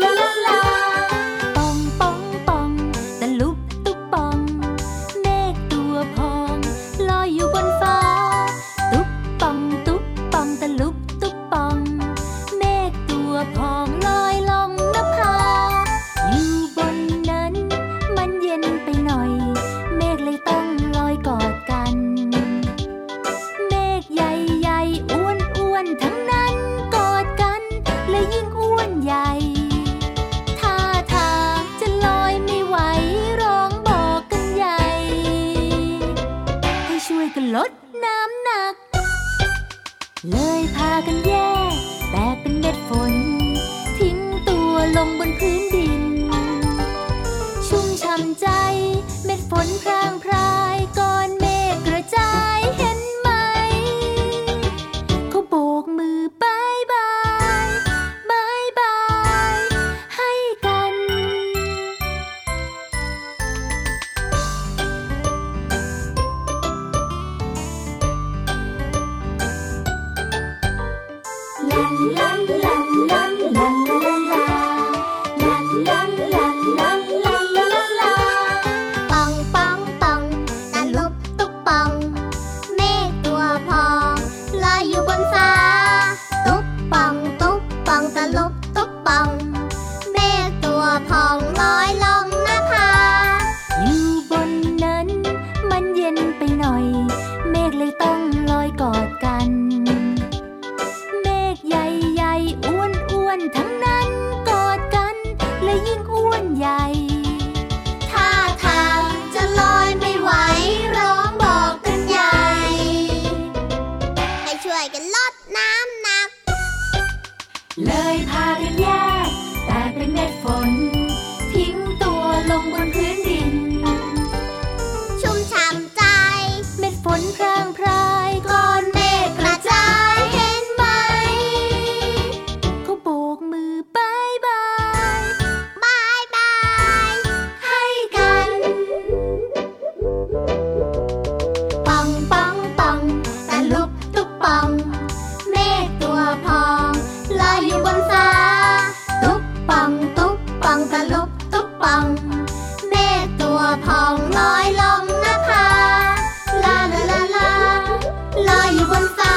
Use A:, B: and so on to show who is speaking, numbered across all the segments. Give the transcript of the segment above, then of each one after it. A: ป่องป่องป่องตะลุกตุกป่องเมฆตัวพองลอยอยู่บนฟ้า ตุกป่องตุกป่องตะลุกตุกป่องเมฆตัวพองลอยลงนภาอยู่บนนั้น มันเย็นไปหน่อย เมฆเลยต้องลอยกอดกัน เมฆใหญ่ๆอ้วนอ้วนๆทั้งนั้นกอดกัน และยิ่งอ้วนใหญ่ ท่าทางจะลอยไม่ไหวร้องบอกกันใหญ่ ให้ช่วยกันลดน้ำหนัก เลยพากันแยกแตกเป็นเม็ดฝน ทิ้งตัวลงบนพื้นดิน ชุ่มช่ำใจ เม็ดฝนพรางพรายก้อนเมฆกระจายเห็นไหม เขาโบกมือบายบายบายบาย ให้กัน
B: ป่องป่องป่องตะลุบตุกป่อง เมฆตัวพองลอยอยู่บนฟ้า ตุกป่องตุกป่องตะลุบตุกป่อง เมฆตัวพองลอยลงนภา
A: อยู่บนนั้น มันเย็นไปหน่อย เมฆเลยต้องลอยกอดกัน เมฆใหญ่ๆอ้วนอ้วนๆทั้งนั้นกอดกัน และยิ่งอ้วนใหญ่
B: ท่าทางจะลอยไม่ไหวร้องบอกกันใหญ่ ให้ช่วยกันลดน้ำหนัก
A: เลยพากันแยกแต่เป็นเม็ดฝน ทิ้งตัวลงบนพื้นดิน
B: ชุ่มช่ำใจ
A: เม็ดฝนพรางพรายก้อนเมฆกระจายเห็นไหม เขาโบกมือบายบาย
B: บายบาย
A: ให้กัน
B: ป่องป่องป่องตะลุบตุกป่อง เมฆตัวพองลอยอยู่บนฟ้า ตุกป่องตุกป่องตะลุบตุกป่อง เมฆตัวพองลอยลงนภาลาลาลาลาลอยอยู่บนฟ้า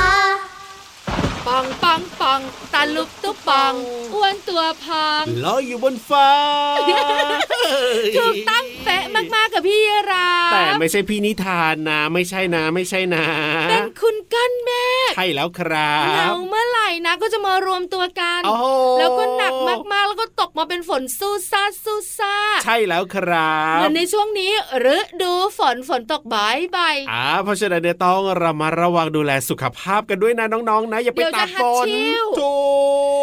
C: ปองปองปองตาลุกตุ๊บปอง อ้วนตัวพอง
D: ลอยอยู่บนฟ้า
C: ถูกต้องเป๊ะมากๆกับพี่ราฟ
E: แต่ไม่ใช่พี่นิทานนะ ไม่ใช่นะ ไม่ใช่นะ
C: เป็นคุณกั้นเมฆ
E: ใช่แล้วครั
C: เรา
E: บ
C: เมื่อไหร่นะก็จะมารวมตัวกัน
E: โอ้โห
C: แล้วก็หนักมากๆ แล้วก็ตกมาเป็นฝนสู้ซาสู้ซา
E: ใช่แล้วครับ
C: และในช่วงนี้ฤดูฝนฝนตกบ่ายบ่ายๆ
E: อ่าเพราะฉะนั้นเนี่ยต้องระมัดระวังดูแลสุขภาพกันด้วยนะน้องๆนะ อย่าไปตากฝนถู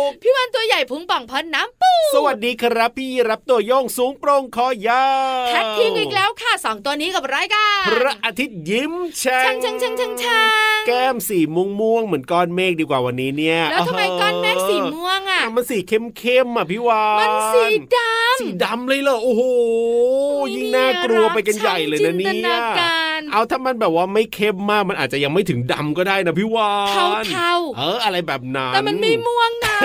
E: ก
C: พี่วันตัวใหญ่พุงป่องพอนน้ำปู
E: สวัสดีครับพี่รับตัวโยงสูงโปร่งคอยาว
C: แท็กทีมอีกแล้วค่ะสองตัวนี้กับรายการ
E: พระอาทิตย์ยิ้มแฉ่
C: ช่างช่างช่างช่างช่าง
E: แก้มสีม่วงม่วงๆเหมือนก้อนเมฆดีกว่าวันนี้เนี่ย
C: แล้วทำไมก้อนเมฆสีม่วงอ่ะ
E: มันสีเข้มเข้มๆอ่ะพี่วาน
C: มันสีด
E: สี
C: ำ
E: ดำเลยเหรอโอ้โหยิ่งน่ากลัวไปกันใหญ่เลยนะเนี่
C: จิ
E: ย
C: ตาการ
E: เอาถ้ามันแบบว่าไม่เข้มมากมันอาจจะยังไม่ถึงดำก็ได้นะพี่วาน
C: เทาเทา
E: เอออะไรแบบนั้น
C: แต่มันไม่ม่วงนะ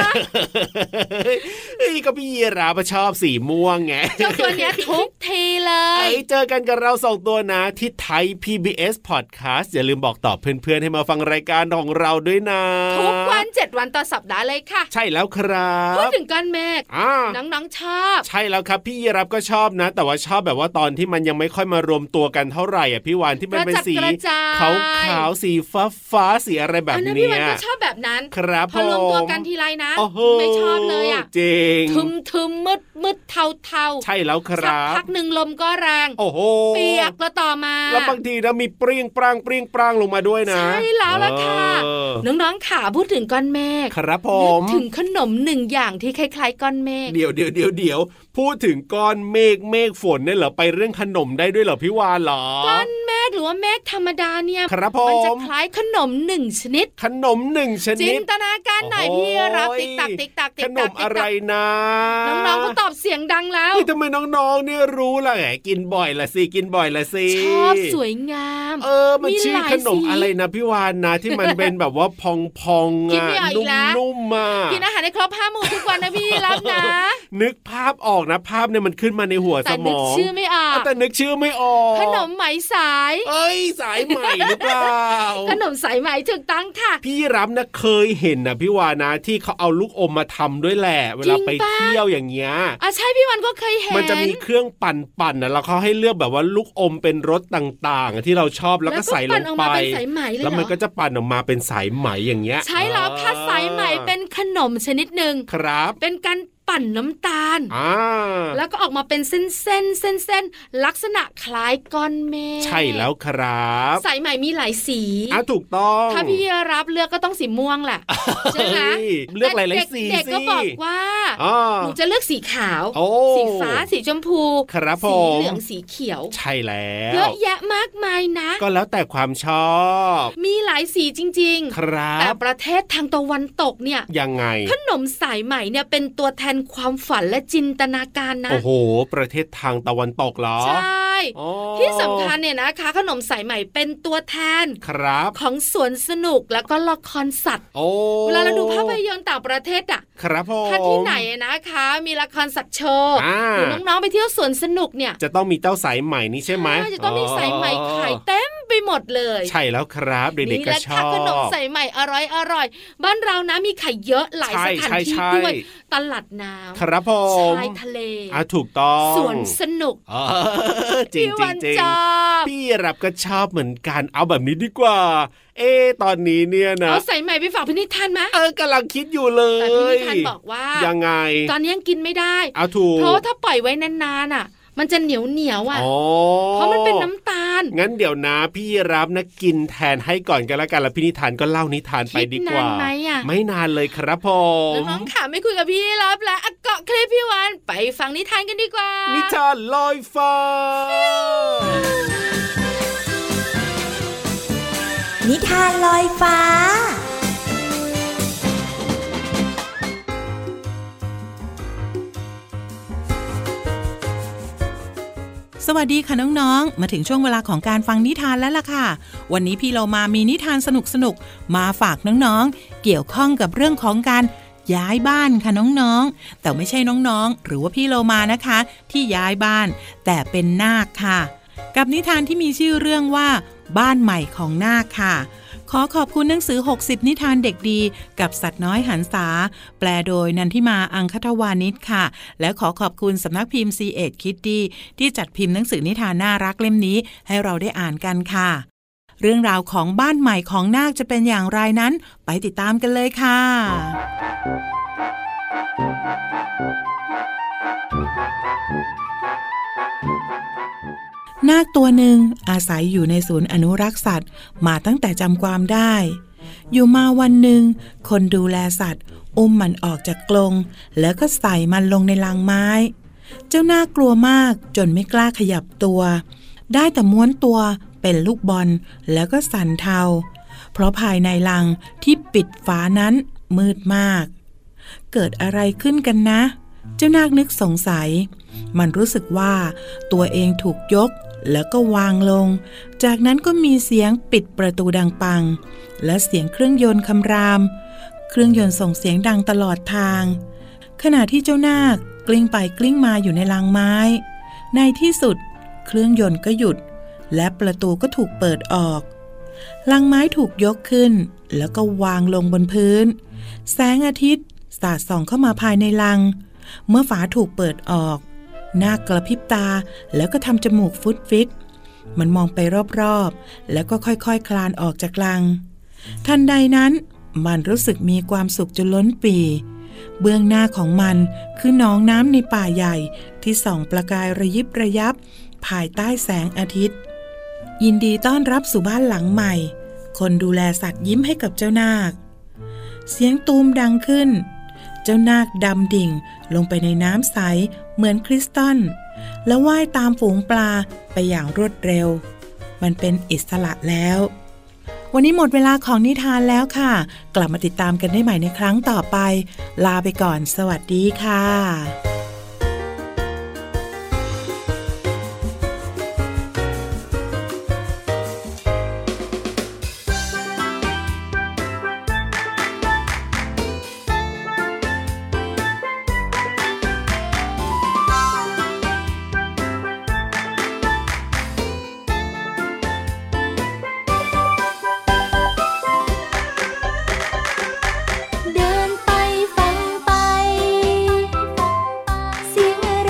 E: เฮ้ยก็พี่ราบชอบสีม่วงไง
C: เจ้าตัวเนี้ยทุกทีเล
E: ไอย เจอกันกับเราสองตัวนะที่ไทย PBS Podcast อย่าลืมบอกต่อเพื่อนๆ ให้มาฟังรายการของเราด้วยนะ
C: ทุกวันเจ็ดวันต่อสัปดาห์เลยค่ะ
E: ใช่แล้วครั
C: พูด
E: บ
C: ถึงก้อนเมฆ
E: อ่า
C: น้องๆชอบ
E: ใช่แล้วครับพี่ยีรับก็ชอบนะ แต่ว่าชอบแบบว่าตอนที่มันยังไม่ค่อยมารวมตัวกันเท่าไหร่อ่ะพี่วานที่
C: ก
E: มัน
C: ระ
E: เป็น
C: จัด
E: สี
C: กระจาย
E: ขาวขาวๆสีฟ้าฟ้าๆสีอะไรแบ
C: อั
E: บ
C: นนั้นพี่
E: เนี้
C: วัน
E: ย
C: ก็ชอบแบบนั้น
E: ครับ
C: พอรวมตัวกัน
E: ผม
C: ทีไรนะ
E: โอ้โห
C: ไม่ชอบเลยอ่ะ
E: จริง ง
C: ทึมทึมมืดมืดเทาเทา
E: ใช่แล้วค
C: สั
E: รั
C: พั
E: บ
C: กหนึ่งลมก็แรง
E: โอ้โห
C: เปียกแล้วต่อมา
E: แล้วบางทีนะมีเปรี้ยงปรางเปรี้ยงปรางลงมาด้วยนะ
C: ใช่แล้วล่ะค่ะ
E: เออ
C: น้องๆขาพูดถึงก้อนเมฆ
E: ครับผ
C: นึก
E: ม
C: ถึงขนมหนึ่งอย่างที่คล้ายๆก้อนเมฆ
E: เดี๋ยวเดี๋ยวเดี๋ยวเดี๋ยวพูดถึงก้อนเมฆเมฆฝนเนี่ยเหรอไปเรื่องขนมได้ด้วยเหรอพี่วานเหรอ
C: ก้อนเมฆหรือว่าเมฆธรรมดาเนี่ย
E: ครับผ
C: มัจะ
E: ม
C: คล้ายขนมหนึ่งชนิด
E: ขนมหนึ่งช
C: จิ
E: นิ
C: น
E: ด
C: ตนาการหน่อยพี่รับ
E: โอ้ย
C: ติ๊กตักติ๊กตักติ๊
E: ข
C: ก
E: น
C: ตั
E: ม
C: กติ๊กตัก
E: อะไรนะ
C: น้องๆเขาตอบเสียงดังแล้ว
E: นี่ทำไมน้องๆเนี่ยรู้ล่ะแหมกินบ่อยละสิกินบ่อยละสิ
C: ชอบสวยงาม
E: เออมัน
C: มี
E: ชื่อ
C: หลาย
E: ขนม
C: สี
E: อะไรนะพี่วานนะที่มันเป็นแบบว่าพองพองๆ
C: คิด
E: อ่ะ
C: ไม่ออกอีกแล้ว
E: นุ่มๆอ่ะ
C: กินอาหารให้ครบห้าหมู่ทุกวันนะพี่รับนะ
E: นึกภาพออกนะภาพเนี่ยมันขึ้นมาในหัวส
C: แต่
E: ม
C: นึก
E: อง
C: ชื่อไม่ออก
E: แต่นึกชื่อไม่ออก
C: ขนมไหมสาย
E: เอ้ยสายใหม่หรือเปล่า
C: ขนมสายไหมถึงตั้งค่ะ
E: พี่รับนะเคยเห็นนะพี่วานะที่เขาเอาลูกอมมาทำด้วยแหละ เวลาไป
C: จริงปะ
E: เที่ยวอย่างเงี้ย
C: อ่ะใช่พี่วันก็เคยเห็น
E: มันจะมีเครื่องปั่นๆนะแล้วเขาให้เลือกแบบว่าลูกอมเป็นรสต่างๆ ที่เราชอบแล้วก็ใส่ลง
C: แล้วก็ปั่นออก
E: ไป
C: มาเป็นสายไหมเลยเหรอ
E: แล้วมันก็จะปั่นออกมาเป็นสายไหมอย่างเงี้ย
C: ใช้แล้วค่ะสายไหมเป็นขนมชนิดหนึ่ง
E: ครับ
C: เป็นการปั่นน้ำตาล
E: อ่า
C: แล้วก็ออกมาเป็นเส้นเส้นเส้นเส้นๆลักษณะคล้ายก้อนเมฆ
E: ใช่แล้วครับ
C: สายไหมมีหลายสี
E: อ่ะถูกต้อง
C: ถ้าพี่รับเลือกก็ต้องสีม่วงแหละใช่ไหม
E: เฮ้ยเลือกหลายๆ
C: แต่ด็
E: สี
C: เด็ก
E: สิ
C: ก็บอกว่า
E: อ่า
C: หนูจะเลือกสีขาว
E: โอ้
C: สีฟ้าสีชมพู
E: ครับ
C: สีเหลื
E: ผ
C: อง
E: ม
C: สีเขียว
E: ใช่แล้
C: เยอะ
E: ว
C: แยะมากมายนะ
E: ก็แล้วแต่ความชอบ
C: มีหลายสีจริง
E: ค
C: ๆ
E: รั
C: แต่
E: บ
C: ประเทศทางตะวันตกเนี่ย
E: ยังไง
C: ขนมสายใหม่เนี่ยเป็นตัวแทนความฝันและจินตนาการนะ
E: โอ้โห ประเทศทางตะวันตกเหรอ
C: ใช่
E: อ๋อ
C: ที่สำคัญเนี่ยนะคะ ขนมสายใหม่เป็นตัวแทน
E: ครับ
C: ของสวนสนุกแล้วก็ละครสัตว์
E: โอ้
C: เวลาเราดูภาพยนตร์ต่างประเทศอ่ะ
E: ครับผม
C: ถ้าที่ไหนนะคะ มีละครสัตว์โชว์
E: อ่า
C: หรือน้องๆไปเที่ยวสวนสนุกเนี่ย
E: จะต้องมีเจ้าสายใหม่นี้ใช่ไหม
C: น่าจะต้องมีสายใหม่ขายเต็มไปหมดเลย
E: ใช่แล้วครับเด็ก
C: นี่
E: ๆ
C: แห
E: ก็
C: ละ
E: ช
C: ค่ะ
E: อบ
C: ขนมสายใหม่อร่อยอร่อยๆบ้านเรานะมีขายเยอะหลาย
E: ใช่
C: สถานที่
E: ใช่
C: ด้วย
E: ใช่
C: ตลาดน้
E: ครับผ
C: ำ
E: ม
C: ชายทะเล
E: อ่ะถูกต้อง
C: สวนสนุก
E: เออจริงจริ
C: พี่วั
E: ง
C: น
E: จริง
C: ชอบ
E: พี่รับก็ชอบเหมือนกันเอาแบบนี้ดีกว่า เอ๊ะตอนนี้เนี่ยนะ
C: เอาสายใหม่ไปฝากพินิธานไหม
E: เออกำลังคิดอยู่เล
C: แต่พิ
E: ย
C: นิธานบอกว่า
E: ยังไง
C: ตอนนี้ยังกินไม่ได้
E: เอาถูก
C: เพราะว่าถ้าปล่อยไว้นานๆอ่ะ มันจะเหนียวเหนียวๆอ่ะ
E: อ๋อ
C: เพราะมันเป็นน้ำตาล
E: งั้นเดี๋ยวนะพี่รับนะกินแทนให้ก่อนกันละกันแล้วพี่นิทานก็เล่านิทานไปดีกว่า
C: คิดนานไหมอะ
E: ไม่นานเลยครับผม
C: น้องๆค่ะไม่คุยกับพี่รับแล้วอ่ะเกาะคลิปพี่วานไปฟังนิทานกันดีกว่า
E: นิทานลอยฟ้า
F: นิทานลอยฟ้า
G: สวัสดีค่ะน้องๆ มาถึงช่วงเวลาของการฟังนิทานแล้วล่ะค่ะ วันนี้พี่เรามามีนิทานสนุกๆ มาฝากน้องๆ เกี่ยวข้องกับเรื่องของการย้ายบ้านค่ะน้องๆ แต่ไม่ใช่น้องๆ หรือว่าพี่เรามานะคะ ที่ย้ายบ้าน แต่เป็นนาคค่ะ กับนิทานที่มีชื่อเรื่องว่า บ้านใหม่ของนาคค่ะ ขอขอบคุณหนังสือ 60 นิทานเด็กดี กับสัตว์น้อยหันษาแปลโดยนันทิมาอังคทวานิชค่ะ และขอขอบคุณสำนักพิมพ์ c ีเอ็ดคิดดีที่จัดพิมพ์หนังสือนิทานน่ารักเล่มนี้ ให้เราได้อ่านกันค่ะ เรื่องราวของบ้านใหม่ของนาคจะเป็นอย่างไรนั้น ไปติดตามกันเลยค่ะ นาคตัวหนึ่งอาศัยอยู่ในศูนย์อนุรักษ์สัตว์ มาตั้งแต่จำความได้ อยู่มาวันหนึ่ง คนดูแลสัตว์ อุ้มมันออกจากกรงแล้วก็ใส่มันลงในลังไม้ เจ้าน่ากลัวมากจนไม่กล้าขยับตัว ได้แต่ม้วนตัวเป็นลูกบอลแล้วก็สั่นเทา เพราะภายในลังที่ปิดฝานั้นมืดมาก เกิดอะไรขึ้นกันนะ เจ้านาคนึกสงสัย มันรู้สึกว่าตัวเองถูกยกแล้วก็วางลง จากนั้นก็มีเสียงปิดประตูดังปัง และเสียงเครื่องยนต์คำราม เครื่องยนต์ส่งเสียงดังตลอดทาง ขณะที่เจ้านาคกลิ้งไปกลิ้งมาอยู่ในลังไม้ ในที่สุด เครื่องยนต์ก็หยุด และประตูก็ถูกเปิดออก ลังไม้ถูกยกขึ้น แล้วก็วางลงบนพื้น แสงอาทิตย์สาดส่องเข้ามาภายในลัง เมื่อฝาถูกเปิดออกนาคกระพริบตาแล้วก็ทำจมูกฟุดฟิต มันมองไปรอบๆ แล้วก็ค่อยๆคคลานออกจากลัง ทันใดนั้น มันรู้สึกมีความสุขจนล้นปี เบื้องหน้าของมันคือหนองน้ำในป่าใหญ่ที่ส่องประกายระยิบระยับ ภายใต้แสงอาทิตย์ ยินดีต้อนรับสู่บ้านหลังใหม่ คนดูแลสัตว์ยิ้มให้กับเจ้านาค เสียงตูมดังขึ้น เจ้านาคดำดิ่งลงไปในน้ำใสเหมือนคริสตัลแล้วว่ายตามฝูงปลาไปอย่างรวดเร็ว มันเป็นอิสระแล้ว วันนี้หมดเวลาของนิทานแล้วค่ะ กลับมาติดตามกันได้ใหม่ในครั้งต่อไป ลาไปก่อน สวัสดีค่ะ
A: เดินไปฟังไป
B: ไ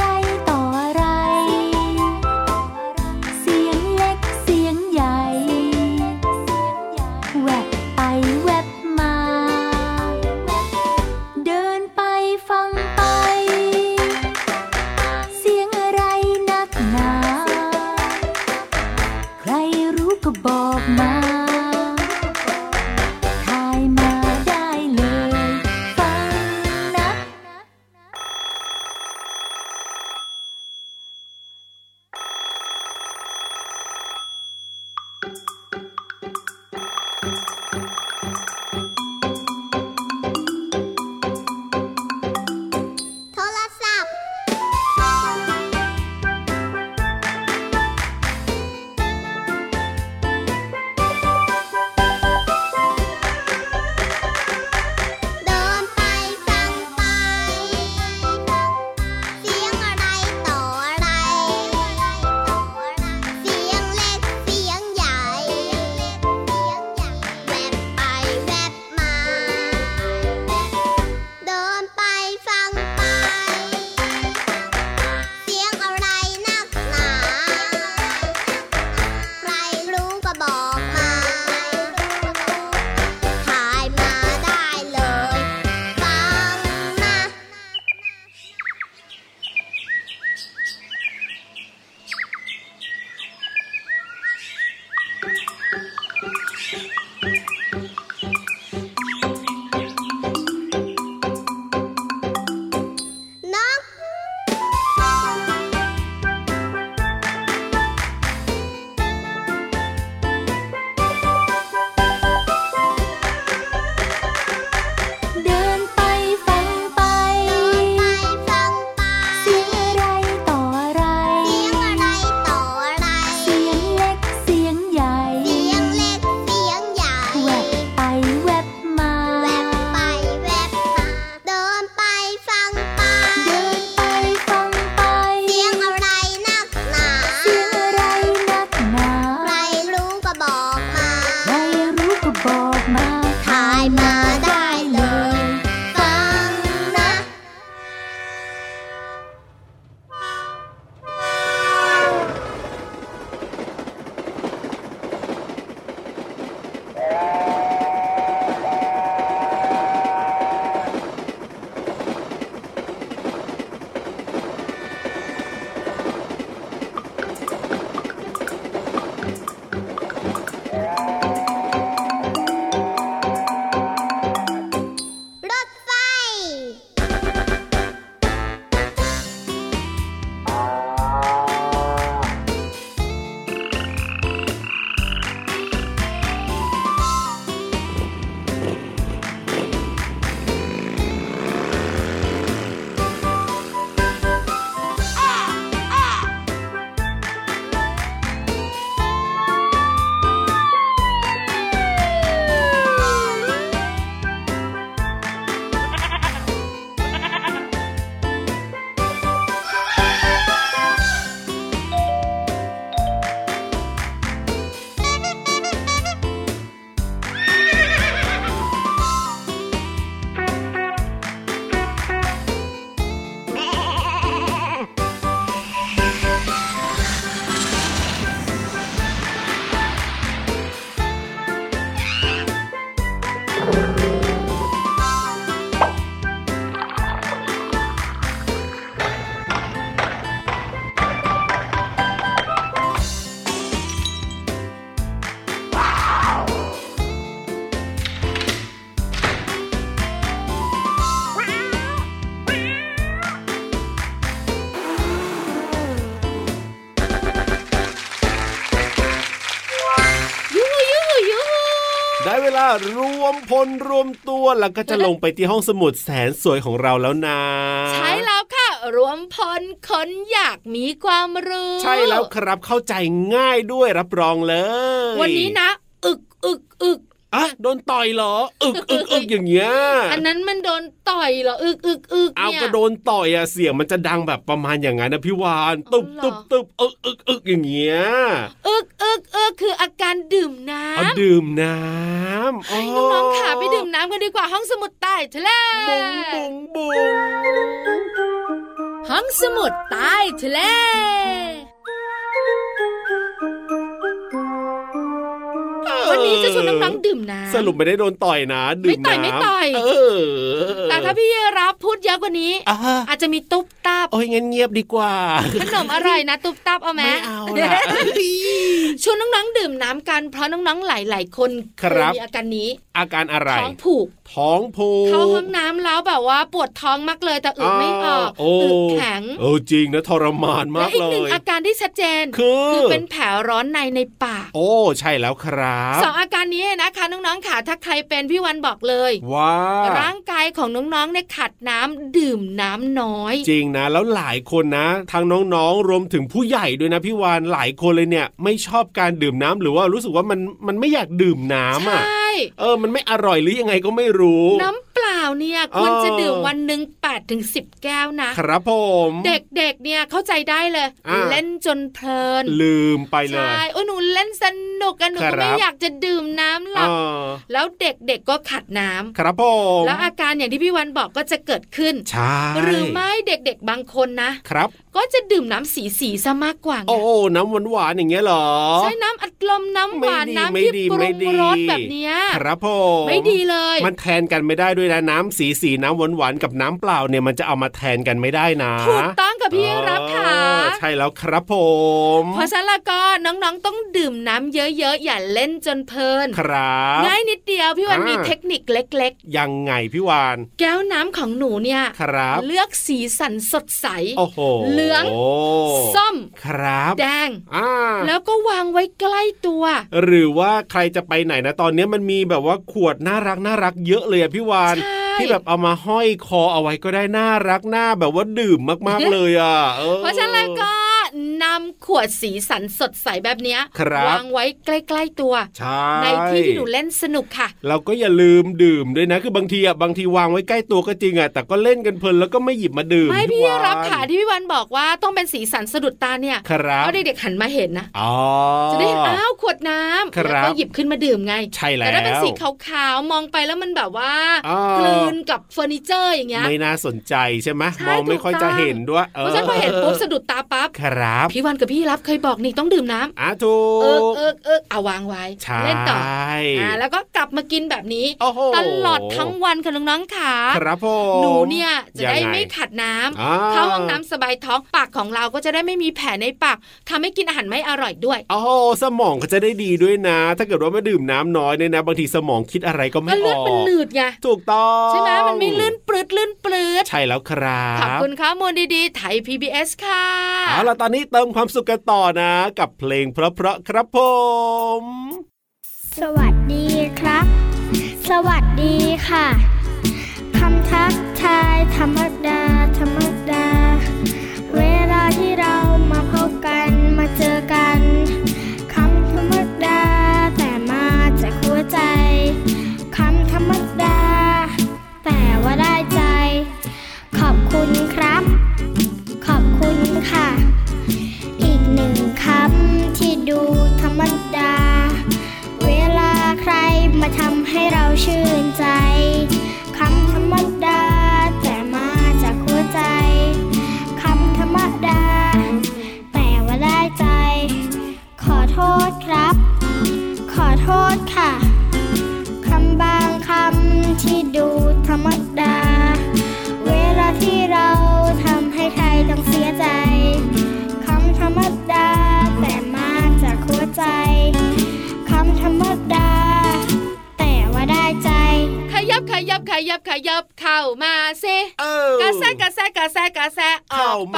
E: รวมพลรวมตัวแล้วก็จะลงไปที่ห้องสมุดแสนสวยของเราแล้วนะ
C: ใช่แล้วค่ะ รวมพลคนอยากมีความรู้
E: ใช่แล้วครับเข้าใจง่ายด้วยรับรองเลย
C: วันนี้นะ อึกอึกอึก
E: อ่ะโดนต่อยเหรออึกอึกอึกอย่างเงี้ย
C: อันนั้นมันโดนต่อยเหรออึกอึกอึก
E: เอา
C: เนี่ย
E: ก็โดนต่อยอะเสียงมันจะดังแบบประมาณอย่างนั้นนะพี่วาน
C: เอา
E: ตุบ
C: เหรอ
E: ตุบตุบอึกอึกอึกอย่างเงี้ย
C: อึกอึกอึกคืออาการดื่มน้
E: เอาดื่มน้ำ
C: ำให้น้องๆขาไปดื่มน้ำกันดีกว่าห้องสมุดใต้ทะเล
E: บุงบุงบุง
C: ห้องสมุดใต้ทะเล วันนี้จะชวนน้องๆดื่มน้ำ
E: สรุปไม่ได้โดนต่อยนะดื่ม
C: ไม่ต่อย
E: น้ำ
C: ไม่ต่อย
E: เออ
C: แต่ถ้าพี่รับพูดเยอะกว่านี้
E: อ่ะ
C: อาจจะมีตุ๊บตับ
E: โอ้ยงั้นเงียบดีกว่า
C: ขนมอร่อยนะ ตุ๊บตับเอาไหม
E: ไม่เอาละ
C: ชวนน้องๆดื่มน้ำกัน เพราะน้องๆหลายๆคนเค
E: ครั
C: ย
E: บ
C: มีอาการนี้
E: อาการอะไร
C: ท้องผูก
E: ท้องผูก
C: เข้าห้องน้ำแล้วแบบว่าปวดท้องมากเลยแต่อึไม่ออก
E: โอ้
C: อึแข็ง
E: โอ้จริงนะทรมานมา
C: และ
E: ก
C: อีก
E: เล
C: หนึ่ง
E: ย
C: อาการที่ชัดเจน
E: คือ
C: เป็นแผลร้อนในในปาก
E: โอ้ใช่แล้วครับ
C: สองอาการนี้นะคะน้องๆค่ะถ้าใครเป็นพี่วันบอกเลย
E: ว้า
C: ร่างกายของน้องๆเนี่ยขาดน้ำดื่มน้ำน้อย
E: จริงนะ แล้วหลายคนนะทางน้องๆรวมถึงผู้ใหญ่ด้วยนะพี่วานหลายคนเลยเนี่ย ไม่ชอบการดื่มน้ำหรือว่ารู้สึกว่ามันมันไม่อยากดื่มน้ำ
C: ใช
E: อ่ะ
C: ่
E: เออมันไม่อร่อยหรือยังไงก็ไม่รู้
C: น้ำเปล่าเนี่ยควรจะ
E: เออ
C: ดื่มวันหนึ่ง8ปดถึงสิแก้วนะ
E: ครับผม
C: เด็กๆเนี่ยเข้าใจได้เลย
E: อ่า
C: เล่นจนเพลิน
E: ลืมไปเลย
C: ใช่โอ้ยหนูเล่นสนุกกันหนู
E: ครั
C: ก็
E: บ
C: ไม่อยากจะดื่มน้ำหร
E: เอ
C: อก
E: อ
C: แล้วเด็กๆก็ขาดน้ำ
E: ครับผม
C: แล้วอาการอย่างที่พี่วันบอกก็จะเกิดขึ้น
E: ใช่
C: หรือไม่เด็กๆบางคนนะครับ ก็จะดื่มน้ำสีสีๆซะมากกว่าไง
E: โอ้โหน้ำหวานหวานๆอย่างเงี้ยเหรอ
C: ใช้น้ำอัดลมน้ำหวาน
E: ไม่ดี
C: น้ำที่
E: ไม่ดีไม่
C: ปรุง
E: ดี
C: รสแบบเนี้ย
E: ครับผม
C: ไม่ดีเลย
E: มันแทนกันไม่ได้ด้วยนะน้ำสีสีน้ำหวานหวานๆกับน้ำเปล่าเนี่ยมันจะเอามาแทนกันไม่ได้นะ
C: ถูกต้องกับพี่รับค่ะ
E: เออใช่แล้วครับผม
C: เพราะฉะนั้นและก็น้องๆต้องดื่มน้ำเยอะๆอย่าเล่นจนเพลิน
E: ครับ
C: ง่ายนิดเดียวพี่วัน
E: อ่ามี
C: มีเทคนิคเล็ก
E: ยังไงพี่วาน
C: ๆ แก้วน้ำของหนูเนี่ย
E: ครับ
C: เลือกสีสันสดใส
E: โอ้โห
C: เหลือง ส้ม
E: ครับ
C: แดง
E: อ่า
C: แล้วก็วางไว้ใกล้ตัว
E: หรือว่าใครจะไปไหนนะตอนเนี้ยมันมีแบบว่าขวดน่ารักน่ารักเยอะเลยอะพี่วาน
C: ใช่
E: ที่แบบเอามาห้อยคอเอาไว้ก็ได้น่ารักน่าแบบว่าดื่มมากๆเลยอ่ะออ
C: เพราะฉะนั้นแล้วก็นำขวดสีสันสดใสแบบเนี้ย
E: ครับ
C: วางไว้ใกล้ ๆตัว
E: ใช่
C: ในที่ที่หนูเล่นสนุกค่ะ
E: เราก็อย่าลืมดื่มด้วยนะคือบางทีอ่ะบางทีวางไว้ใกล้ตัวก็จริงอ่ะแต่ก็เล่นกันเพลินแล้วก็ไม่หยิบมาดื่ม
C: ไม่พี่
E: วาน
C: รับค่ะที่พี่วันบอกว่าต้องเป็นสีสันสะดุดตาเนี่ย
E: ครับ
C: เอาเด็กๆหันมาเห็นนะ
E: อ๋อ
C: จะได้เห็นอ้าวขวดน้ำ
E: ครับ
C: แล้วก็หยิบขึ้นมาดื่มไง
E: ใช่แล้
C: แต่
E: ว
C: ถ้าเป็นสีขาวๆมองไปแล้วมันแบบว่า
E: อ่า
C: กลืนกับเฟอร์นิเจอร์อย่างเงี้ย
E: ไม่น่าสนใจใช่ไหม
C: ใช่
E: มองไม่ค่อยจะ
C: ถูกต้อง
E: เห็นด้วย
C: เพราะฉะนันพอเห็นปุ๊บสะดุดตาปั๊บ
E: ครับ
C: พี่วันกับพี่รับเคยบอกนี่ต้องดื่มน้ำ
E: อ่ะถู
C: เอิก
E: ก
C: เอิกเอิกเอาวางไว้
E: ใช่
C: เล่นต่ออ่าแล้วก็กลับมากินแบบนี้
E: โอ้โห
C: ตลอดทั้งวันค่ะน้องๆค่ะ
E: ครับผม
C: หนูเนี่ยจะได้
E: ยังง
C: ไม่ขัดน้ำ
E: อ่
C: เข้าห้องน้ำสบายท้องปากของเราก็จะได้ไม่มีแผลในปากทำให้กินอาหารไม่อร่อยด้วย
E: โอ้โหสมองก็จะได้ดีด้วยนะ ถ้าเกิดว่าไม่ดื่มน้ำน้อยเนี่ยนะ บางทีสมองคิดอะไรก็ไม่
C: มัน
E: อ
C: เลือด
E: อก
C: มันหนืดไง
E: ถูกต้อง
C: ใช่ไหมมันไม่ลื่นปลืดลื่นปลืด
E: ใช่แล้วครับ
C: ขอบคุณข้อมูลดีๆ ไทย PBS ค่ะ
E: เอาล่ะตอนนี้เติมความสุขกันต่อนะ กับเพลงเพราะๆครับผม
B: สวัสดีครับ สวัสดีค่ะ คำทักทายธรรมดา ธรรมดา เวลาที่เรามาพบกันมาเจอกัน คำธรรมดา แต่มาจากหัวใจ คำธรรมดา แต่ว่าได้ใจ ขอบคุณครับ ขอบคุณค่ะ อีกหนึ่งคำที่ดูธรรมดา เวลาใครมาทำให้เราชื่นใจ คำธรรมดาแต่มาจากหัวใจ
E: า
C: ไ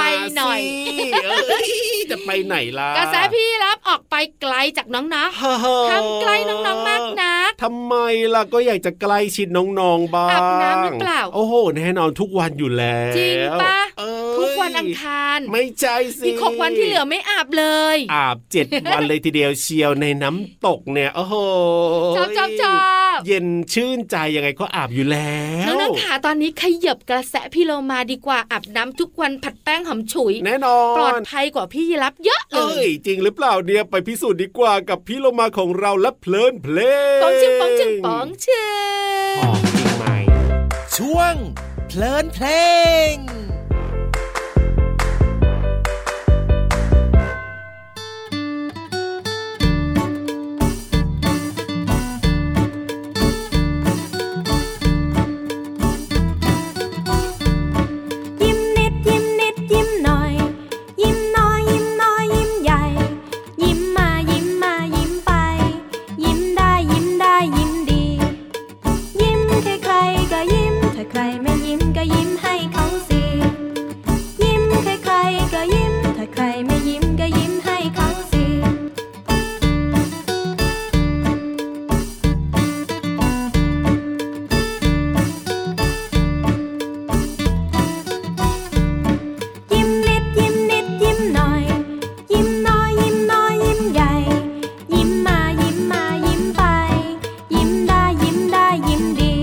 E: ม
C: ป
E: า
C: หน่อย
E: สิเอ้ยจะไปไหนล่ะ
C: กระแสพี่รับออกไปไกลจากน้องนะ
E: ฮ่าๆ
C: ทำไกลน้องๆมากนัก
E: ทำไมล่ะก็อยากจะใกล้ชิดน้องๆบ้าง
C: อาบน้ำหรือเปล่า
E: โอ้โหแน่นอนทุกวันอยู่แล้ว
C: จริงปะ
E: เอ้ย
C: ทุกวันอังคาร
E: ไม่ใช่สิ
C: อีกหกวันที่เหลือไม่อาบเลย
E: อาบเจ็ด วันเลยทีเดียวเชียวในน้ำตกเนี่ยโอ้โห
C: ชอบชอบชอบ
E: เย็นชื่นใจยังไงก็อาบอยู่แล้ว
C: น้องๆขาตอนนี้ขยับกระแสพี่โลมาดีกว่าอาบน้ำทุกวันผัดแป้งหอมฉุย
E: แน่นอ
C: ปลอด
E: น
C: ภัยกว่าพี่รับเยอะเล
E: เอ้
C: ย
E: ยจริงหรือเปล่าเนี่ยไปพิสูจน์ดีกว่ากับพี่โลมาของเราและเพลินเพลง
C: ปองชิงปองชิงปองชิง
E: หอมจริงไหม
H: ช่วง เพลินเพลง
I: ยิ้มนิดยิ้มนิดยิ้มหน่อย ยิ้มน้อยยิ้มน้อยยิ้มใหญ่ ยิ้มมายิ้มมายิ้มไป ยิ้มได้ยิ้มได้ยิ้มดี ยิ้มใครใครๆก็ยิ้ม ถ้าใครไม่ยิ้มก็ยิ้มให้เขาสิยิ้มใครใครๆก็ยิ้ม ถ้าใครไม่ยิ้มก็ยิ้มให้เขาสิ ยิ้มนิดยิ้มนิดยิ้มหน่อย ยิ้มน้อยยิ้มน้อยยิ้มใหญ่ ยิ้มมายิ้มมายิ้มไป ยิ้มได้ยิ้มได้ยิ้มดี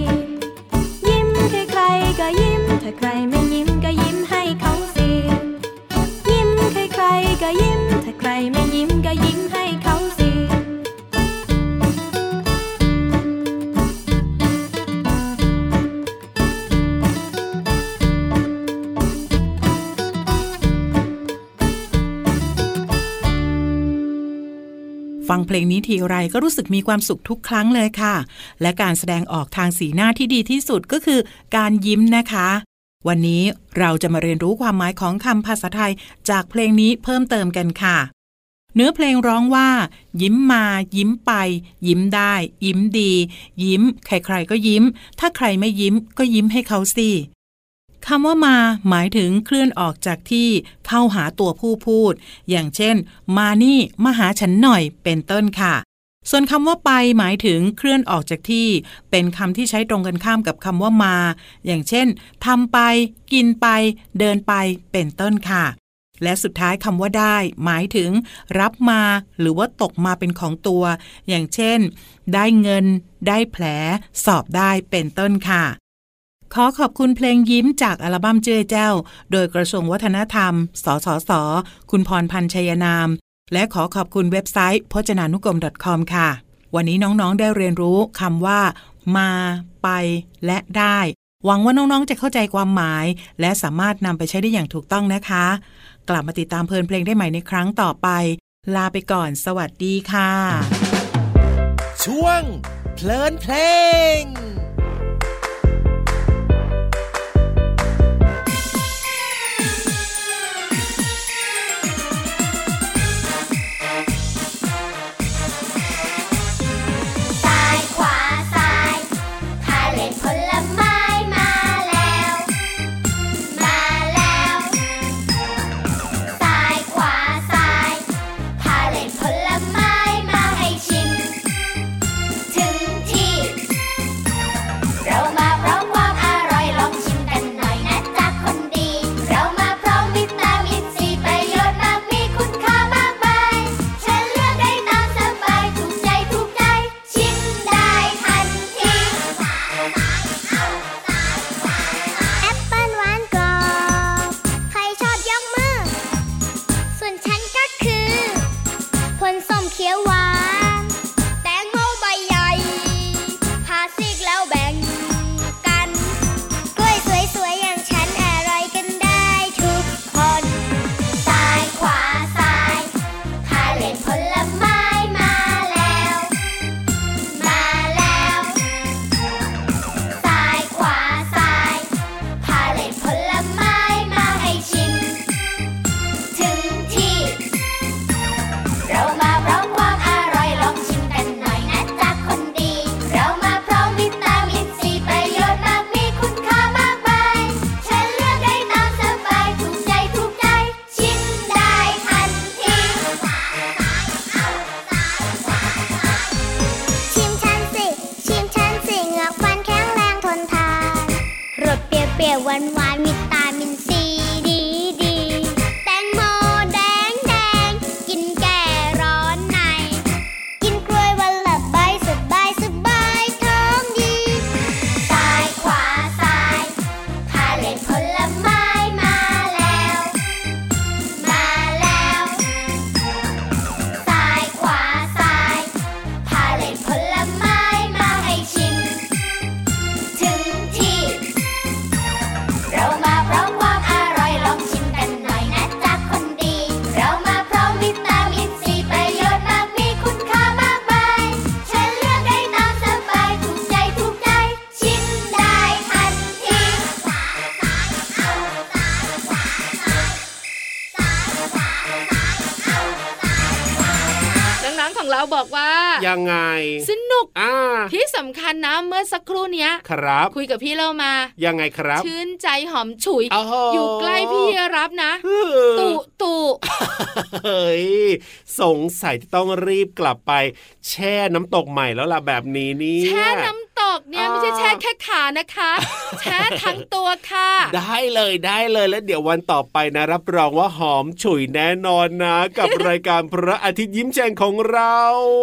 I: ยิ้มใครใครๆก็ยิ้ม ถ้าใครไม่ยิ้มก็ยิ้มให้เขาสิยิ้มใครใครๆก็ยิ้ม ถ้าใครไม่ยิ้มก็ยิ้มให้เขาสิ
G: ฟังเพลงนี้ทีไรก็รู้สึกมีความสุขทุกครั้งเลยค่ะ และการแสดงออกทางสีหน้าที่ดีที่สุดก็คือการยิ้มนะคะ วันนี้เราจะมาเรียนรู้ความหมายของคำภาษาไทยจากเพลงนี้เพิ่มเติมกันค่ะ เนื้อเพลงร้องว่า ยิ้มมา ยิ้มไป ยิ้มได้ ยิ้มดี ยิ้ม ใครๆก็ยิ้ม ถ้าใครไม่ยิ้มก็ยิ้มให้เขาสิ คำว่ามาหมายถึงเคลื่อนออกจากที่เข้าหาตัวผู้พูด อย่างเช่น มานี่มาหาฉันหน่อยเป็นต้นค่ะ ส่วนคำว่าไปหมายถึงเคลื่อนออกจากที่ เป็นคำที่ใช้ตรงกันข้ามกับคำว่ามา อย่างเช่นทำไป กินไป เดินไปเป็นต้นค่ะ และสุดท้ายคำว่าได้ หมายถึง รับมา หรือว่าตกมาเป็นของตัว อย่างเช่น ได้เงิน ได้แผล สอบได้เป็นต้นค่ะ ขอขอบคุณเพลงยิ้มจากอัลบั้มเจ้ยแจ้ว โดยกระทรวงวัฒนธรรม สสส คุณพรพันธ์ชัยนาม และขอขอบคุณเว็บไซต์พจนานุกรม .com ค่ะ วันนี้น้องๆได้เรียนรู้คำว่า มา ไป และได้ หวังว่าน้องๆ จะเข้าใจความหมาย และสามารถนำไปใช้ได้อย่างถูกต้องนะคะ กลับมาติดตามเพลินเพลงได้ใหม่ในครั้งต่อไป ลาไปก่อน สวัสดีค่ะ
H: ช่วง เพลินเพลง
B: ซ้ายขวาซ้ายพาเล่นผลไม้มาแล้ว มาแล้วซ้ายขวาซ้ายพาเล่นผลไม้มาให้ชิม ถึงที่
C: ของเราบอกว่า
E: ยังไง
C: สนุก
E: อ่า
C: ที่สำคัญนะเมื่อสักครู่เนี้ย
E: ครับ
C: คุยกับพี่เรามา
E: ยังไงครับ
C: ชื่นใจหอมฉุย
E: โอ้โห
C: อยู่ใกล้พี่รับนะ
E: เฮ้ย
C: ตุตุ
E: เฮ้ยสงสัยจะต้องรีบกลับไป แช่น้ำตกใหม่แล้วล่ะแบบนี้เนี่ย
C: แช่น้ำตกเนี่ย
E: อ่า
C: ไม่ใช่แช่แค่ขานะคะ แช่ทั้งตัวค่ะ
E: ได้เลยได้เลยแล้วเดี๋ยววันต่อไปนะ รับรองว่าหอมฉุยแน่นอนนะ กับ รายการพระอาทิตย์ยิ้มแฉ่งของเรา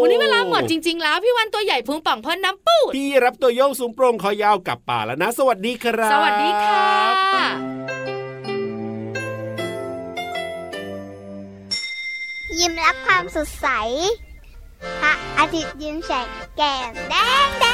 C: วันนี้เวลาหมดจริง ๆ แล้วพี่วันตัวใหญ่พุงป่องพอน้ำปูด
E: พี่รับตัวโยงสูงโปร่งคอยาวกับป่าแล้วนะ สวัสดีครับ
C: สวัสดีค่ะ
B: ยิ้มรับความสดใส พระอาทิตย์ยิ้มแฉกแก้มแดงแดง